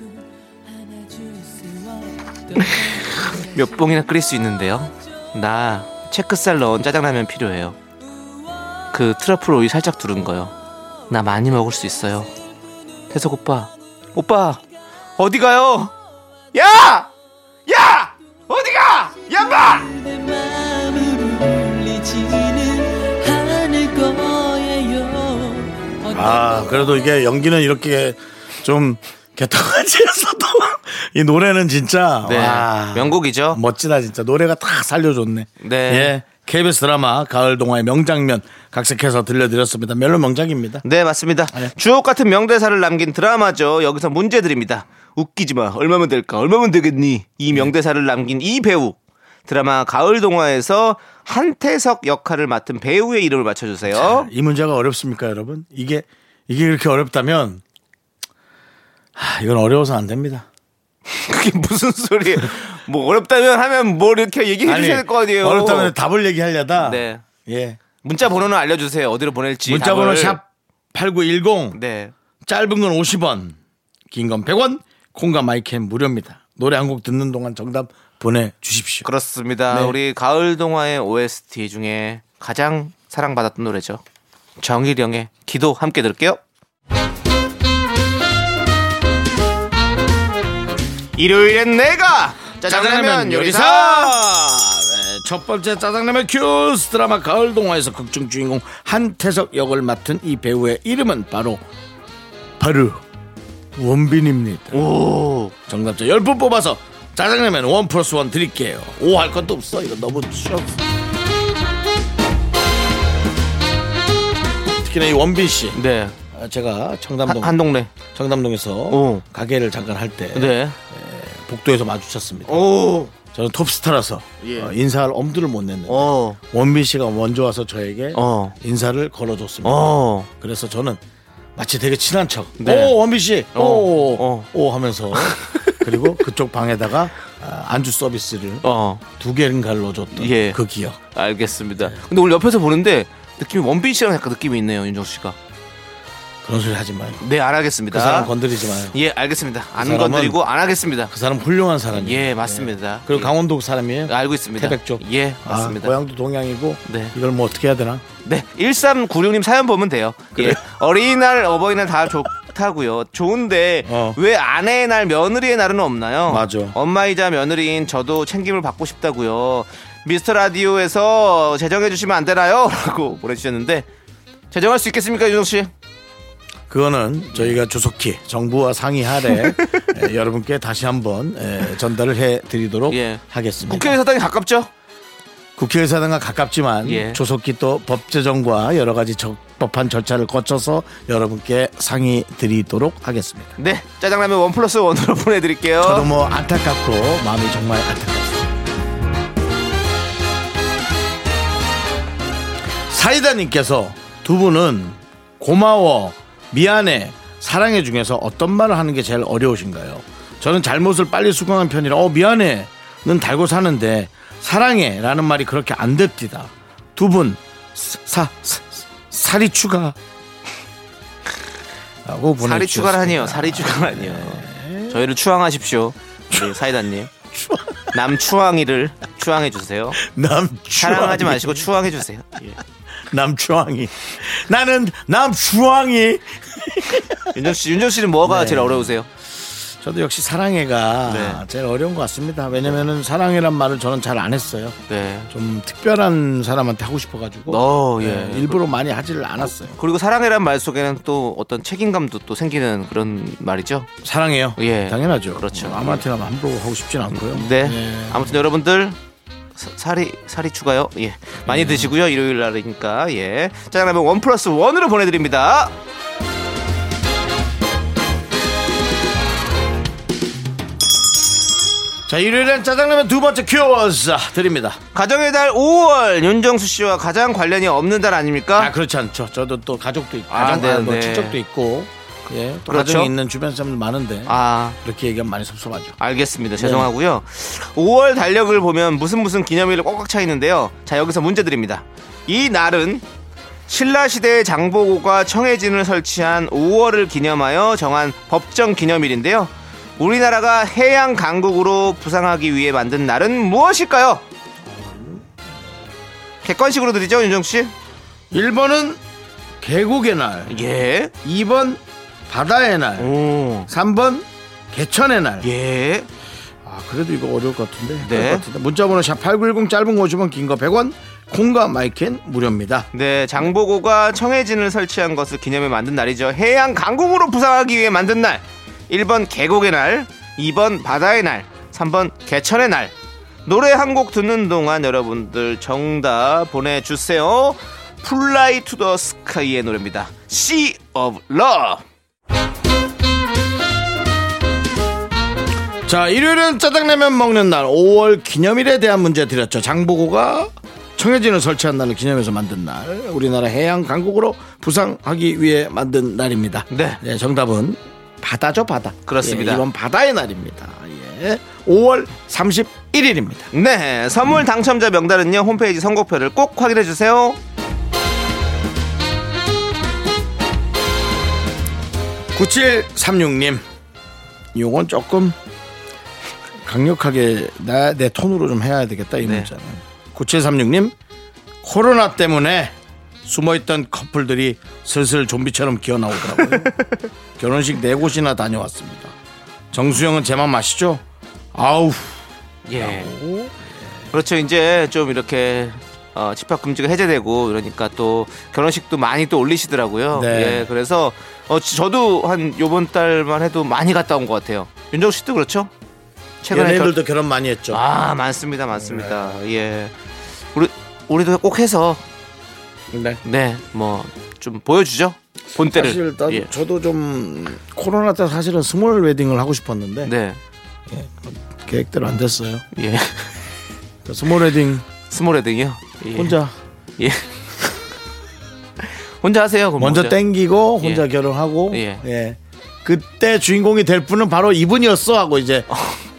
B: 몇 봉이나 끓일 수 있는데요? 나 체크살 넣은 짜장라면 필요해요 그 트러플 오일 살짝 두른 거요 나 많이 먹을 수 있어요 태석 오빠 오빠 어디 가요? 야! 야! 어디 가! 야마!
E: 내 마음을 울리지는 않을 거예요. 어떤
A: 아 그래도 이게 연기는 이렇게 좀 개떡같이 했어도 이 노래는 진짜
B: 네. 명곡이죠.
A: 멋지다 진짜 노래가 다 살려줬네.
B: 네.
A: 예. KBS 드라마 가을 동화의 명장면 각색해서 들려드렸습니다. 멜로 명작입니다.
B: 네, 맞습니다. 주옥 같은 명대사를 남긴 드라마죠. 여기서 문제 드립니다. 웃기지 마. 얼마면 될까? 얼마면 되겠니?
A: 네.
B: 이 명대사를 남긴 이 배우. 드라마 가을 동화에서 한태석 역할을 맡은 배우의 이름을 맞춰 주세요.
A: 이 문제가 어렵습니까, 여러분? 이게 이게 이렇게 어렵다면 아, 이건 어려워서 안 됩니다.
B: 그게 무슨 소리예요? 뭐 어렵다면 하면 뭘 이렇게 얘기해 주셔야 될 거 아니에요.
A: 어렵다면 답을 얘기하려다.
B: 네.
A: 예.
B: 문자 번호는 알려 주세요. 어디로 보낼지.
A: 문자번호
B: 답을.
A: 샵 #8910
B: 네.
A: 짧은 건 50원, 긴 건 100원, 콩과 마이크는 무료입니다. 노래 한 곡 듣는 동안 정답 보내주십시오.
B: 그렇습니다.
A: 네.
B: 우리 가을 동화의 OST 중에 가장 사랑받았던 노래죠. 정일영의 기도 함께 들을게요. 일요일엔 내가 네, 짜장라면 요리사.
A: 네, 첫 번째 짜장라면 큐스 드라마 가을 동화에서 극중 주인공 한태석 역을 맡은 이 배우의 이름은 바로 바로 원빈입니다.
B: 오,
A: 정답자 10분 뽑아서 짜장라면 원 플러스 원 드릴게요. 오 할 것도 없어. 이거 너무 쉬워. 특히나 이 원빈 씨.
B: 네.
A: 아, 제가
B: 한,
A: 청담동
B: 한동네.
A: 청담동에서
B: 오.
A: 가게를 잠깐 할 때
B: 네.
A: 복도에서 마주쳤습니다.
B: 오,
A: 저는 톱스타라서
B: 예.
A: 어, 인사할 엄두를 못 냈는데
B: 어,
A: 원빈 씨가 먼저 와서 저에게
B: 어.
A: 인사를 걸어줬습니다.
B: 어.
A: 그래서 저는 마치 되게 친한 척.
B: 네.
A: 오 원빈 씨,
B: 어,
A: 오,
B: 어.
A: 오 하면서 그리고 그쪽 방에다가 아, 안주 서비스를
B: 어.
A: 두 개인가 넣어줬던
B: 예.
A: 그 기억.
B: 알겠습니다. 근데 오늘 옆에서 보는데 느낌이 원빈 씨랑 약간 느낌이 있네요, 윤정수 씨가.
A: 그런 소리 하지 말고
B: 네, 안 하겠습니다.
A: 그 사람 건드리지 마요.
B: 예, 알겠습니다. 안
A: 그 사람은-
B: 건드리고 안 하겠습니다.
A: 그 사람 훌륭한 사람이에요.
B: 예, 맞습니다.
A: 그리고
B: 예,
A: 강원도 사람이에요.
B: 알고 있습니다.
A: 태백 쪽.
B: 예,
A: 아,
B: 맞습니다.
A: 고향도 동양이고
B: 네.
A: 이걸 뭐 어떻게 해야 되나?
B: 네, 1396님 사연 보면 돼요. 예. 어린이날, 어버이날 다 좋다고요. 좋은데
A: 어.
B: 왜 아내의 날, 며느리의 날은 없나요?
A: 맞아.
B: 엄마이자 며느리인 저도 챙김을 받고 싶다고요. 미스터 라디오에서 제정해 주시면 안 되나요? 라고 보내주셨는데 제정할 수 있겠습니까, 윤정 씨?
A: 네. 그거는 저희가 조속히 정부와 상의 하에 에, 여러분께 다시 한번 에, 전달을 해드리도록
B: 예.
A: 하겠습니다.
B: 국회의사당이 가깝죠?
A: 국회의사당과 가깝지만
B: 예.
A: 조속히 또 법제정과 여러 가지 적법한 절차를 거쳐서 여러분께 상의 드리도록 하겠습니다.
B: 네, 짜장라면 원 플러스 원으로 보내드릴게요.
A: 저도 뭐 안타깝고 마음이 정말 안타깝습니다. 사이다님께서 두 분은 고마워, 미안해, 사랑해 중에서 어떤 말을 하는 게 제일 어려우신가요? 저는 잘못을 빨리 수긍한 편이라 어 미안해는 달고 사는데 사랑해라는 말이 그렇게 안 됩니다. 두분사 살이 추가. 라고 보내
B: 살이 추가라니요. 살이 추가라니요. 저희를 네. 추앙하십시오. 우리 사이다님. 남 추앙이를 추앙해 주세요.
A: 남추
B: 사랑하지 마시고 추앙해 주세요. 예.
A: 남추왕이 나는 남추왕이
B: 윤정 씨, 윤정 씨는 뭐가 제일 어려우세요?
A: 저도 역시 사랑해가
B: 네.
A: 제일 어려운 것 같습니다 왜냐면은 사랑해란 말을 저는 잘 안 했어요
B: 네.
A: 좀 특별한 사람한테 하고 싶어가지고
B: 어, 예.
A: 네, 일부러 많이 하지를 않았어요
B: 그리고 사랑이란 말 속에는 또 어떤 책임감도 또 생기는 그런 말이죠.
A: 사랑해요
B: 예.
A: 당연하죠
B: 그렇죠.
A: 뭐 아무한테나 함부로 하고 싶진 않고요
B: 네.
A: 예.
B: 아무튼 여러분들 사- 살이 살이 추가요. 예. 많이 드시고요. 일요일 날이니까. 예. 짜장라면 원 플러스 원으로 보내드립니다.
A: 자 일요일엔 짜장라면 두 번째 퀴즈 드립니다
B: 가정의 달 5월 윤정수 씨와 가장 관련이 없는 달 아닙니까?
A: 아 그렇지 않죠 저도 또 가족도 있고
B: 아,
A: 가정 아,
B: 네,
A: 뭐
B: 네.
A: 친척도 있고 예, 또
B: 그렇죠.
A: 가정이 있는 주변 사람들 많은데
B: 아,
A: 그렇게 얘기하면 많이 섭섭하죠
B: 알겠습니다. 죄송하고요. 5월 달력을 보면 무슨 무슨 기념일로 꽉꽉 차 있는데요. 자, 여기서 문제 드립니다. 이 날은 신라 시대의 장보고가 청해진을 설치한 5월을 기념하여 정한 법정 기념일인데요. 우리나라가 해양 강국으로 부상하기 위해 만든 날은 무엇일까요? 객관식으로 드리죠, 윤정 씨.
A: 1번은 계곡의 날,
B: 예.
A: 2번 바다의 날,
B: 오.
A: 3번 개천의 날.
B: 예.
A: 아, 그래도 이거 어려울 것 같은데.
B: 네.
A: 어려울 것 같은데. 문자 번호 샵8910 짧은 거 50원, 긴 거 100원. 콩과 마이켄 무료입니다.
B: 네, 장보고가 청해진을 설치한 것을 기념해 만든 날이죠. 해양 강국으로 부상하기 위해 만든 날. 1번 계곡의 날, 2번 바다의 날, 3번 개천의 날. 노래 한 곡 듣는 동안 여러분들 정답 보내주세요. 플라이 투 더 스카이의 노래입니다. Sea of Love.
A: 자, 일요일은 짜장라면 먹는 날, 5월 기념일에 대한 문제 드렸죠. 장보고가 청해진을 설치한 날을 기념해서 만든 날, 우리나라 해양 강국으로 부상하기 위해 만든 날입니다.
B: 네.
A: 정답은 바다죠, 바다.
B: 그렇습니다.
A: 예, 이번 바다의 날입니다. 예, 5월 31일입니다.
B: 네, 선물 당첨자 명단은요 홈페이지 선곡표를 꼭 확인해 주세요.
A: 9736님, 요건 조금 강력하게 나, 내 톤으로 좀 해야 되겠다 이
B: 네.
A: 문자는. 9736님, 코로나 때문에 숨어있던 커플들이 슬슬 좀비처럼 기어나오더라고요. 결혼식 네 곳이나 다녀왔습니다. 정수영은 제 맘 아시죠? 아우.
B: 예. 그렇죠. 이제 좀 이렇게 어, 집합 금지가 해제되고 이러니까 또 결혼식도 많이 또 올리시더라고요.
A: 네.
B: 예. 그래서 어, 지- 저도 한 요번 달만 해도 많이 갔다 온 것 같아요. 윤정 씨도 그렇죠? 최근에 결...
A: 연예인들도 네. 결혼 많이 했죠.
B: 아 많습니다, 많습니다. 예. 우리 우리도 꼭 해서
A: 네.
B: 네 뭐 좀 보여주죠. 본때를.
A: 사실 난
B: 예.
A: 저도 좀 코로나 때 사실은 스몰 웨딩을 하고 싶었는데
B: 네.
A: 계획대로 안 됐어요.
B: 예.
A: 그 스몰 웨딩
B: 스몰 헤딩이요. 예.
A: 혼자
B: 예. 혼자 하세요. 그럼
A: 먼저
B: 혼자.
A: 땡기고 혼자
B: 예.
A: 결혼하고 예.
B: 예.
A: 그때 주인공이 될 분은 바로 이분이었어 하고 이제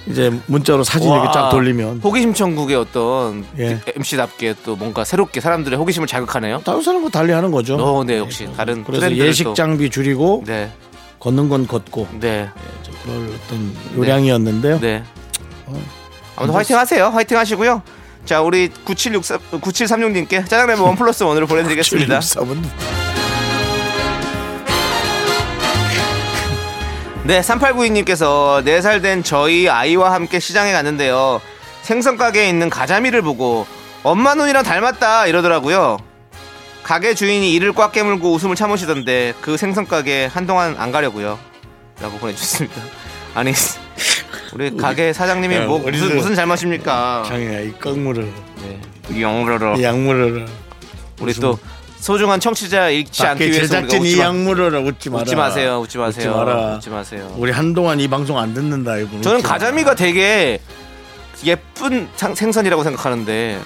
A: 이제 문자로 사진 이렇게
B: 와,
A: 쫙 돌리면
B: 호기심 천국의 어떤
A: 예.
B: MC답게 또 뭔가 새롭게 사람들의 호기심을 자극하네요.
A: 다른 사람과 달리 하는 거죠.
B: 어, 네 역시 다른
A: 그래서
B: 트렌드를
A: 예식
B: 또-
A: 장비 줄이고
B: 네,
A: 걷는 건 걷고
B: 네,
A: 좀 그런 어떤 요량이었는데요.
B: 네.
A: 어.
B: 아무튼 화이팅 하세요. 화이팅 하시고요. 자, 우리 9763 9736님께 짜장라면 원 플러스 원으로 보내드리겠습니다.
A: 출입사분.
B: 네, 3892님께서 4살 된 저희 아이와 함께 시장에 갔는데요. 생선 가게에 있는 가자미를 보고 엄마 눈이랑 닮았다 이러더라고요. 가게 주인이 이를 꽉 깨물고 웃음을 참으시던데 그 생선 가게 한동안 안 가려고요. 라고 보내주셨습니다. 아니 우리 가게 사장님이
A: 야,
B: 뭐
A: 우리들-
B: 무슨 무슨 잘못입니까?
A: 장이야 이 깡물을
B: 영으로
A: 이 약물을
B: 우리 또 소중한 청취자 잃지 않기
A: 밖에
B: 위해서 우리가
A: 제작진
B: 웃지,
A: 이
B: 마,
A: 약물을 웃지 마라.
B: 웃지 마세요. 웃지 마세요.
A: 웃지 마라.
B: 웃지 마세요.
A: 우리 한동안 이 방송 안 듣는다 이분.
B: 저는 가자미가 되게 예쁜 상- 생선이라고 생각하는데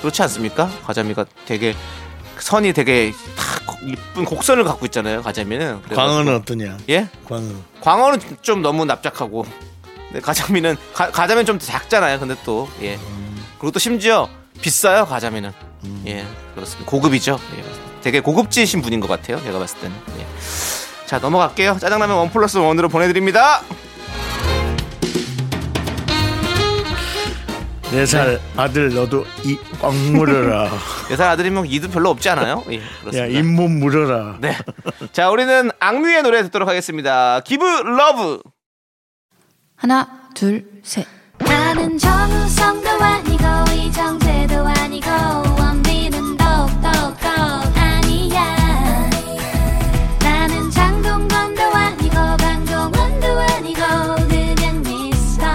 B: 그렇지 않습니까? 가자미가 되게 선이 되게 탁 고- 예쁜 곡선을 갖고 있잖아요. 가자미는 그래가지고-
A: 광은은 어떠냐?
B: 예?
A: 광은
B: 광어는 좀 너무 납작하고 근데 가자미는 가, 가자미는 좀 작잖아요. 근데 또 예. 그리고 또 심지어 비싸요. 가자미는
A: 음.
B: 예 그렇습니다. 고급이죠. 예. 되게 고급지신 분인 것 같아요. 제가 봤을 때는 예. 자 넘어갈게요. 짜장라면 원 플러스 원으로 보내드립니다.
A: 네살 아들 너도 이 꽝물어라.
B: 여사 아들이면 이도 별로 없지 않아요? 예,
A: 야
B: 그렇습니다.
A: 잇몸 물어라.
B: 네. 자, 우리는 악뮤의 노래 듣도록 하겠습니다. 기브 러브.
F: 하나, 둘, 셋.
C: 나는 정우성도 아니고 이정재도 아니고 원빈은 더욱더 아니야 나는 장동건도 아니고 강동원도 아니고 그냥 미스터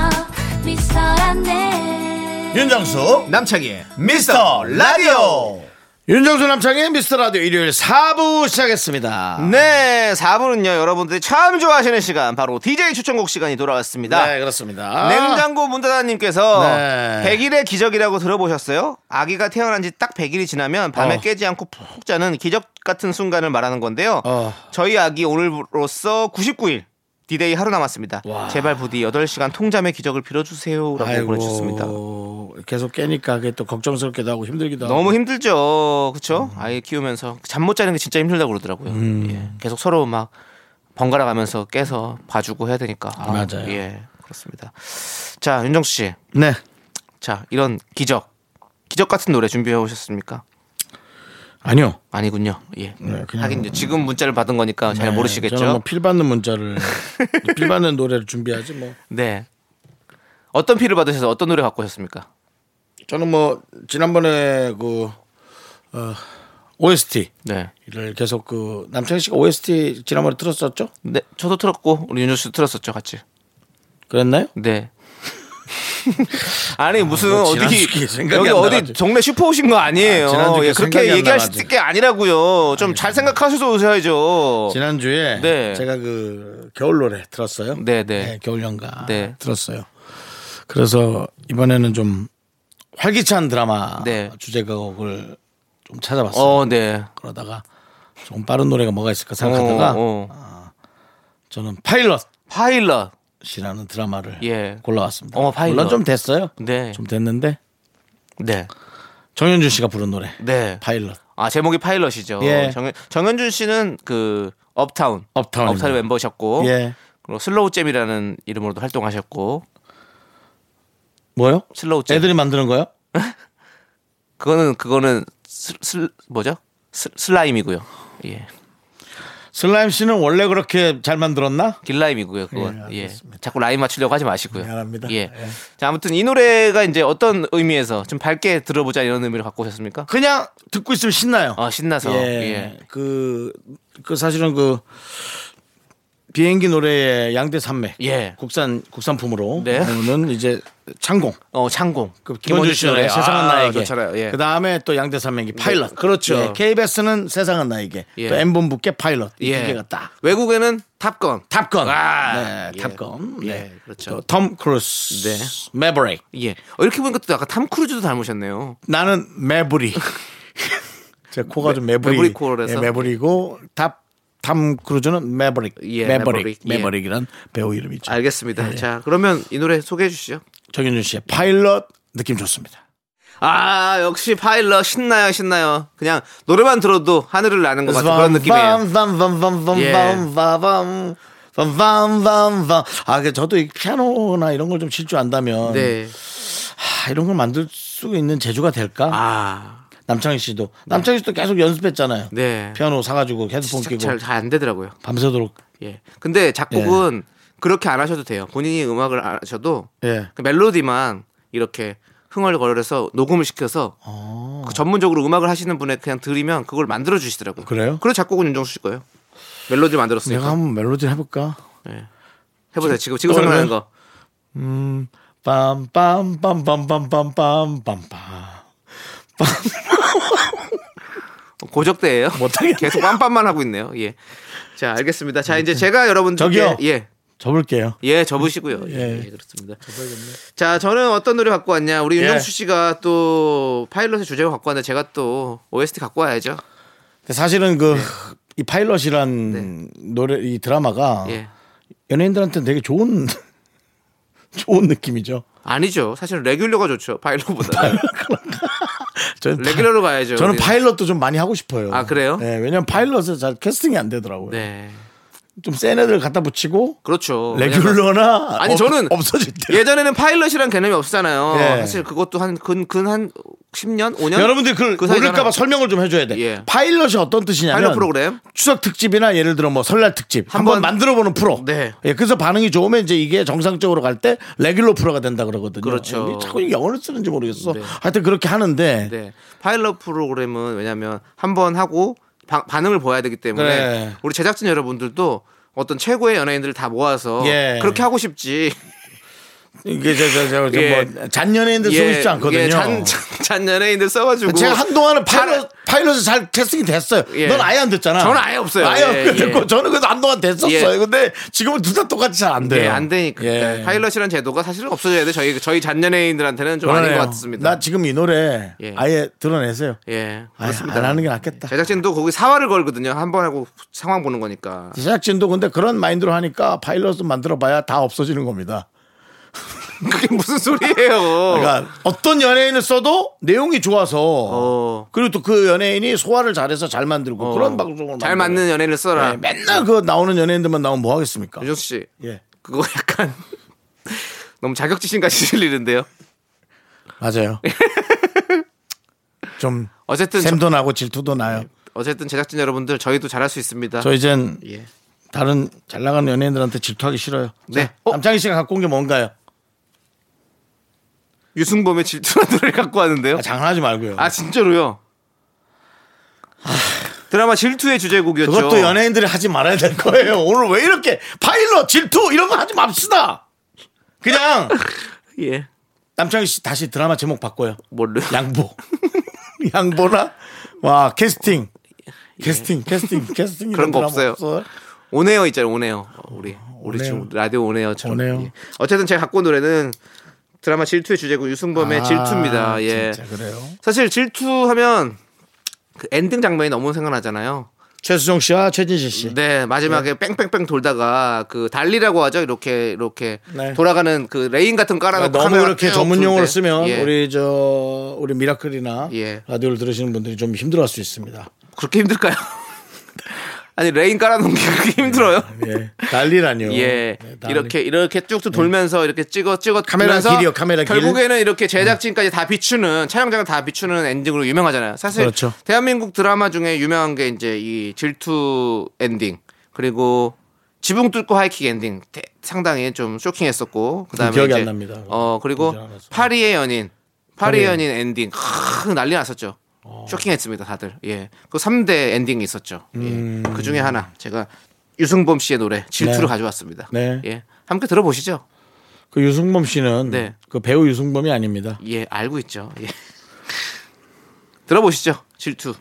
C: 미스터란데
A: 윤정수
B: 남창희의
A: 미스터 라디오. 윤정수 남창의 미스터 라디오 일요일 4부 시작했습니다.
B: 네, 4부는요, 여러분들이 참 좋아하시는 시간, 바로 DJ 추천곡 시간이 돌아왔습니다.
A: 네, 그렇습니다.
B: 냉장고 문다다님께서
A: 네.
B: 100일의 기적이라고 들어보셨어요? 아기가 태어난 지 딱 100일이 지나면 밤에
A: 어.
B: 깨지 않고 푹 자는 기적 같은 순간을 말하는 건데요.
A: 어.
B: 저희 아기 오늘로써 99일. 디데이 하루 남았습니다. 제발 부디 8시간 통잠의 기적을 빌어주세요라고 보내주셨습니다.
A: 계속 깨니까 그게 또 걱정스럽기도 하고 힘들기도 하고.
B: 너무 힘들죠, 그렇죠?
A: 음.
B: 아이 키우면서 잠 못 자는 게 진짜 힘들다고 그러더라고요. 예. 계속 서로 막 번갈아 가면서 깨서 봐주고 해야 되니까. 아,
A: 맞아요.
B: 예, 그렇습니다. 자, 윤정수 씨,
A: 네.
B: 자 이런 기적, 기적 같은 노래 준비해 오셨습니까?
A: 아니요.
B: 아니군요. 예.
A: 네, 그냥-
B: 하긴 이제 지금 문자를 받은 거니까 잘
A: 네, 저는
B: 모르시겠죠.
A: 뭐필 받는 문자를 필 받는 노래를 준비하지 뭐.
B: 네. 어떤 피를 받으셔서 어떤 노래 갖고 오셨습니까?
A: 저는 뭐 지난번에 그 어, OST
B: 네.
A: 를 계속 그 남창희 씨가 OST 지난번에 들었었죠?
B: 네, 저도 틀었고 우리 윤정수 씨도 틀었었죠, 같이.
A: 그랬나요?
B: 네. 아니 무슨
A: 뭐 지난
B: 어디
A: 시기 생각이
B: 여기
A: 안
B: 어디
A: 나가지고.
B: 동네 슈퍼 오신 거 아니에요.
A: 아, 지난 시기 생각이
B: 예, 그렇게
A: 안
B: 얘기하실
A: 나가지고. 네.
B: 게 아니라고요. 좀 잘 생각하셔서 오셔야죠.
A: 지난주에
B: 어, 네.
A: 제가 그 겨울 노래 들었어요.
B: 네, 네.
A: 겨울 연가
B: 네.
A: 들었어요. 그래서 이번에는 좀 활기찬 드라마
B: 네.
A: 주제곡을 좀 찾아봤어요.
B: 어, 네.
A: 그러다가 조금 빠른 노래가 뭐가 있을까 생각하다가
B: 어, 어.
A: 저는 파일럿이라는
B: 파일럿.
A: 드라마를
B: 예.
A: 골라왔습니다.
B: 어, 파일럿.
A: 물론 좀 됐어요.
B: 네.
A: 좀 됐는데
B: 네.
A: 정현준 씨가 부른 노래
B: 네.
A: 파일럿.
B: 아, 제목이 파일럿이죠.
A: 예.
B: 정현 정현준 씨는 그 업타운.
A: 업타운입니다.
B: 업타운 멤버셨고.
A: 예.
B: 그리고 슬로우 잼이라는 이름으로도 활동하셨고.
A: 뭐요?
B: 슬로우 잼.
A: 애들이 만드는 거요?
B: 그거는 그거는 슬, 슬 뭐죠? 슬, 슬라임이고요. 예.
A: 슬라임 씨는 원래 그렇게 잘 만들었나?
B: 길라임이고요. 그건
A: 예,
B: 예, 자꾸 라임 맞추려고 하지 마시고요.
A: 미안합니다.
B: 예.
A: 예.
B: 자 아무튼 이 노래가 이제 어떤 의미에서 좀 밝게 들어보자 이런 의미로 갖고 오셨습니까? 어,
A: 그냥 예. 듣고 있으면
B: 예.
A: 신나요.
B: 아 신나서
A: 예.
B: 예.
A: 그, 그 사실은 그 비행기 노래의 양대 산맥.
B: 예.
A: 국산 국산품으로
B: 네.
A: 나오는 이제 창공.
B: 어, 창공.
A: 그 김원준 씨 노래 세상은 나에게.
B: 아, 좋잖아요. 예.
A: 그 다음에 또 양대 산맥이 파일럿.
B: 그렇죠.
A: 예, KBS는 세상은 나에게.
B: 예.
A: 또 M본부께 파일럿 이
B: 예.
A: 두 개가 딱.
B: 외국에는 탑건.
A: 탑건.
B: 아,
A: 네,
B: 예.
A: 탑건. 네.
B: 예, 그렇죠.
A: 또톰 크루스.
B: 네.
A: 매버릭.
B: 예. 어, 이렇게 보니까 또 아까 탐 크루즈도 닮으셨네요.
A: 나는 매부리. 제 코가 좀 매부리.
B: 매부리 코라서.
A: 예, 매부리고 탑탐 크루즈는 매버릭.
B: 예,
A: 매버릭.
B: 매버릭. 예.
A: 매버릭이란 배우 이름이죠.
B: 알겠습니다. 자, 그러면 이 노래 소개해 주시죠.
A: 정윤준 씨의 파일럿 느낌 좋습니다.
B: 아, 역시 파일럿 신나요, 신나요. 그냥 노래만 들어도 하늘을 나는 것 같은 그런 느낌이에요. 예.
A: 밤밤밤밤밤밤밤밤밤밤밤밤 아, 그 저도 이 피아노나 이런 걸 좀 칠 줄 안다면
B: 네.
A: 아, 이런 걸 만들 수 있는 재주가 될까?
B: 아,
A: 남창희 씨도 남창희 씨도 계속 연습했잖아요.
B: 네.
A: 피아노 사가지고 헤드폰 끼고
B: 잘 안 되더라고요.
A: 밤새도록
B: 예. 근데 작곡은 그렇게 안 하셔도 돼요. 본인이 음악을 안 하셔도
A: 예.
B: 그 멜로디만 이렇게 흥얼거려서 녹음을 시켜서
A: 어.
B: 그 전문적으로 음악을 하시는 분에 그냥 들으면 그걸 만들어 주시더라고요.
A: 그래요?
B: 그래 작곡은 윤정수 씨 거예요. 멜로디 만들었으니까.
A: 내가 한번 멜로디를 해볼까?
B: 해보세요. 지금 지금
A: 떠오르는-
B: 생각나는 거.
A: 빰빰빰빰빰빰빰빰빰
B: 고적대예요.
A: 못하겠네요.
B: 계속 빰빰만 하고 있네요. 예. 자 알겠습니다. 자 이제 제가 여러분들께
A: 저기요.
B: 예.
A: 접을게요.
B: 예, 접으시고요. 예,
A: 예.
B: 예, 그렇습니다. 자, 저는 어떤 노래 갖고 왔냐? 우리
A: 예.
B: 윤정수 씨가 또 파일럿의 주제를 갖고 왔는데 제가 또 OST 갖고 와야죠.
A: 근데 사실은 그 이
B: 네.
A: 파일럿이란 노래 이 드라마가
B: 예.
A: 연예인들한테는 되게 좋은 좋은 느낌이죠.
B: 아니죠. 사실 레귤러가 좋죠. 파일럿보다.
A: 저는 파-
B: 레귤러로 가야죠.
A: 저는
B: 우리는.
A: 파일럿도 좀 많이 하고 싶어요.
B: 아, 그래요?
A: 네, 왜냐면 파일럿은 잘 캐스팅이 안 되더라고요.
B: 네.
A: 좀 센 애들 갖다 붙이고
B: 그렇죠. 왜냐면
A: 레귤러나
B: 아니,
A: 없-
B: 저는
A: 없어질 때.
B: 예전에는 파일럿이란 개념이 없었잖아요.
A: 예.
B: 사실 그것도 한 근 근 한 10년, 5년
A: 여러분들 그걸
B: 그 사이잖아.
A: 모를까봐 설명을 좀 해줘야 돼.
B: 예.
A: 파일럿이 어떤 뜻이냐면
B: 파일럿 프로그램?
A: 추석 특집이나 예를 들어 뭐 설날 특집
B: 한
A: 한번
B: 번-
A: 만들어보는 프로.
B: 네.
A: 예, 그래서 반응이 좋으면 이제 이게 정상적으로 갈 때 레귤러 프로가 된다 그러거든요.
B: 그렇죠.
A: 이게 자꾸 영어를 쓰는지 모르겠어.
B: 네.
A: 하여튼 그렇게 하는데
B: 네. 파일럿 프로그램은 왜냐면 한 번 하고 바- 반응을 보여야 되기 때문에
A: 네.
B: 우리 제작진 여러분들도 어떤 최고의 연예인들을 다 모아서
A: 예.
B: 그렇게 하고 싶지.
A: 이게 저저저뭐
B: 예.
A: 잔연예인들 쓰고 싶지 않거든요.
B: 예, 잔, 잔, 잔 연예인들 써가지고
A: 제가 한동안은 파일럿,
B: 잘-
A: 파일럿이 잘 캐스팅이 됐어요.
B: 예.
A: 넌 아예 안 됐잖아.
B: 저는 아예 없어요.
A: 아예
B: 예,
A: 없게 됐고
B: 예.
A: 저는 그래도 한동안 됐었어요.
B: 예.
A: 근데 지금은 둘 다 똑같이 잘 안 돼요.
B: 예, 안 되니까
A: 네. 예.
B: 파일럿이란 제도가 사실은 없어져야 돼. 저희 저희 잔 연예인들한테는 좀 아닌
A: 그러네요.
B: 것 같습니다.
A: 나 지금 이 노래
B: 예.
A: 아예 드러내세요.
B: 예,
A: 아예
B: 그렇습니다.
A: 안 하는 게 낫겠다.
B: 제작진도 거기 사활을 걸거든요. 한 번 하고 상황 보는 거니까.
A: 제작진도 근데 그런 마인드로 하니까 파일럿을 만들어봐야 다 없어지는 겁니다.
B: 그게 무슨 소리예요?
A: 그러니까 어떤 연예인을 써도 내용이 좋아서
B: 어.
A: 그리고 또 그 연예인이 소화를 잘해서 잘 만들고
B: 어,
A: 그런 방송을 만들어요.
B: 잘 맞는 연예인을 써라.
A: 네, 맨날 그 나오는 연예인들만 나오면 뭐 하겠습니까?
B: 유정수 씨,
A: 예
B: 그거 약간 너무 자격지심 같이 들리는데요.
A: 맞아요. 좀
B: 어쨌든 저-
A: 샘도 나고 질투도 나요.
B: 어쨌든 제작진 여러분들 저희도 잘할 수 있습니다.
A: 저 이젠
B: 예.
A: 다른 잘 나가는 연예인들한테 질투하기 싫어요.
B: 네.
A: 자,
B: 어?
A: 남창희 씨가 갖고 온 게 뭔가요?
B: 유승범의 질투라는 노래를 갖고 왔는데요.
A: 아, 장난하지 말고요.
B: 아 진짜로요? 드라마 질투의 주제곡이었죠.
A: 아. 그것도 연예인들이 하지 말아야 될 거예요. 오늘 왜 이렇게 파일럿 질투 이런 거 하지 맙시다. 그냥
B: 예.
A: 남창희 씨 다시 드라마 제목 바꿔요.
B: 뭘로?
A: 양보. 양보나 와 캐스팅. 캐스팅, 캐스팅, 캐스팅
B: 예. 그런
A: 이런
B: 거
A: 드라마
B: 없어요. 온에어 있잖아요. 온에어. 우리 우리 지금 라디오 온에어처럼.
A: 온에어.
B: 예. 어쨌든 제가 갖고 온 노래는 드라마 질투의 주제곡 유승범의
A: 아,
B: 질투입니다. 예.
A: 진짜 그래요.
B: 사실 질투하면 그 엔딩 장면이 너무 생각나잖아요.
A: 최수종 씨와 최진실 씨.
B: 네
A: 예.
B: 마지막에 뺑뺑뺑 돌다가 그 달리라고 하죠 이렇게 이렇게
A: 네.
B: 돌아가는 그 레인 같은 거 깔아놓고
A: 너무
B: 카메라
A: 이렇게
B: 쭉
A: 전문
B: 돌
A: 용어를
B: 때.
A: 쓰면
B: 예.
A: 우리 저 우리 미라클이나
B: 예.
A: 라디오를 들으시는 분들이 좀 힘들어할 수 있습니다.
B: 그렇게 힘들까요? 아니 레인 깔아놓은 게 그렇게 힘들어요?
A: 예. 난리라뇨.
B: 예,
A: 네, 난리.
B: 이렇게 이렇게 쭉쭉 돌면서 이렇게 찍어 찍어
A: 카메라
B: 돌면서
A: 길이요, 카메라 길. 네.
B: 결국에는 이렇게 제작진까지 다 비추는 촬영장을 다 비추는 엔딩으로 유명하잖아요. 사실
A: 그렇죠.
B: 대한민국 드라마 중에 유명한 게 이제 이 질투 엔딩 그리고 지붕 뚫고 하이킥 엔딩 대- 상당히 좀 쇼킹했었고 그다음에
A: 기억이
B: 이제
A: 안 납니다.
B: 어 그리고
A: 기억이 안 나서.
B: 파리의 연인 파리의
A: 파리의
B: 연인 엔딩 크, 난리 났었죠. 쇼킹했습니다 다들. 예. 그 3대 엔딩이 있었죠. 예. 그 중에 하나 제가 유승범 씨의 노래
A: 음.
B: 질투를
A: 네.
B: 가져왔습니다.
A: 네.
B: 예. 함께 들어보시죠.
A: 그 유승범 씨는
B: 네.
A: 그 배우 유승범이 아닙니다.
B: 예, 알고 있죠. 예. 들어보시죠. 질투.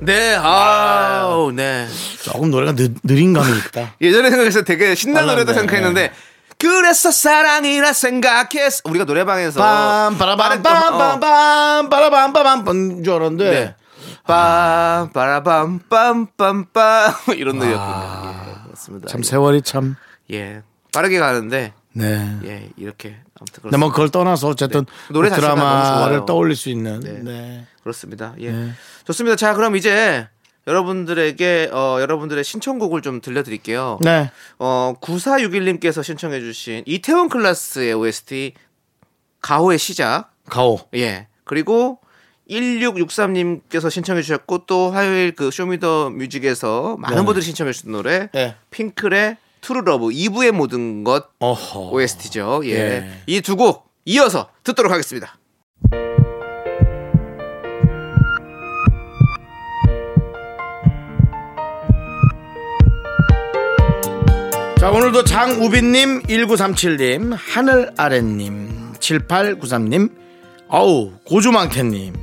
B: 네, 아우, 네.
A: 조금 노래가 느, 느린 감이 있다.
B: 예전에 생각해서 되게 신나는
A: 발라드,
B: 노래다 생각했는데
A: 네.
B: 그래서 사랑이라 생각했어. 우리가 노래방에서
A: 빰 빠라밤
B: 빠라- 어, 어.
A: 빰빰빰 빠라밤 빠밤 뻔줄 알았는데
B: 네. 빰 빠라밤 빰빰빰 이런 노래였군요. 예, 그렇습니다.
A: 아, 참 세월이 참
B: 예. 빠르게 가는데
A: 네.
B: 예, 이렇게
A: 근데
B: 아무튼 그렇습니다.
A: 뭐 그걸 떠나서 어쨌든
B: 네. 노래
A: 그
B: 자체가 너무
A: 드라마를
B: 좋아요.
A: 떠올릴 수 있는
B: 네.
A: 네.
B: 그렇습니다. 예. 좋습니다. 자, 그럼 이제 여러분들에게 어, 여러분들의 신청곡을 좀 들려드릴게요.
A: 네.
B: 어, 9461님께서 신청해주신 이태원 클라스의 OST 가호의 시작.
A: 가오.
B: 예. 그리고 1663님께서 신청해주셨고 또 화요일 그 쇼미더 뮤직에서 많은 분들이 신청해주신 노래
A: 네.
B: 핑클의 투르러브 2부의 모든 것
A: 어허.
B: OST죠. 예.
A: 예.
B: 이 두 곡 이어서 듣도록 하겠습니다.
A: 자 오늘도 장우빈님 1937님 하늘아래님 7893님 아우 고주망태님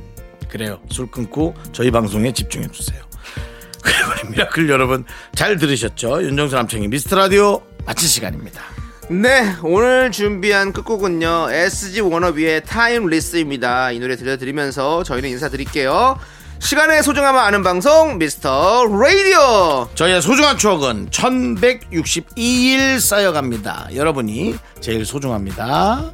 A: 그래요 술 끊고 저희 방송에 집중해주세요 그리고 미라클 여러분 잘 들으셨죠 윤정수 남창희 미스트라디오 마칠 시간입니다
B: 네, 오늘 준비한 끝곡은요. SG 워너비의 타임리스입니다. 이 노래 들려드리면서 저희는 인사드릴게요. 시간의 소중함을 아는 방송 미스터 라디오.
A: 저희의 소중한 추억은 1162일 쌓여갑니다 여러분이 제일 소중합니다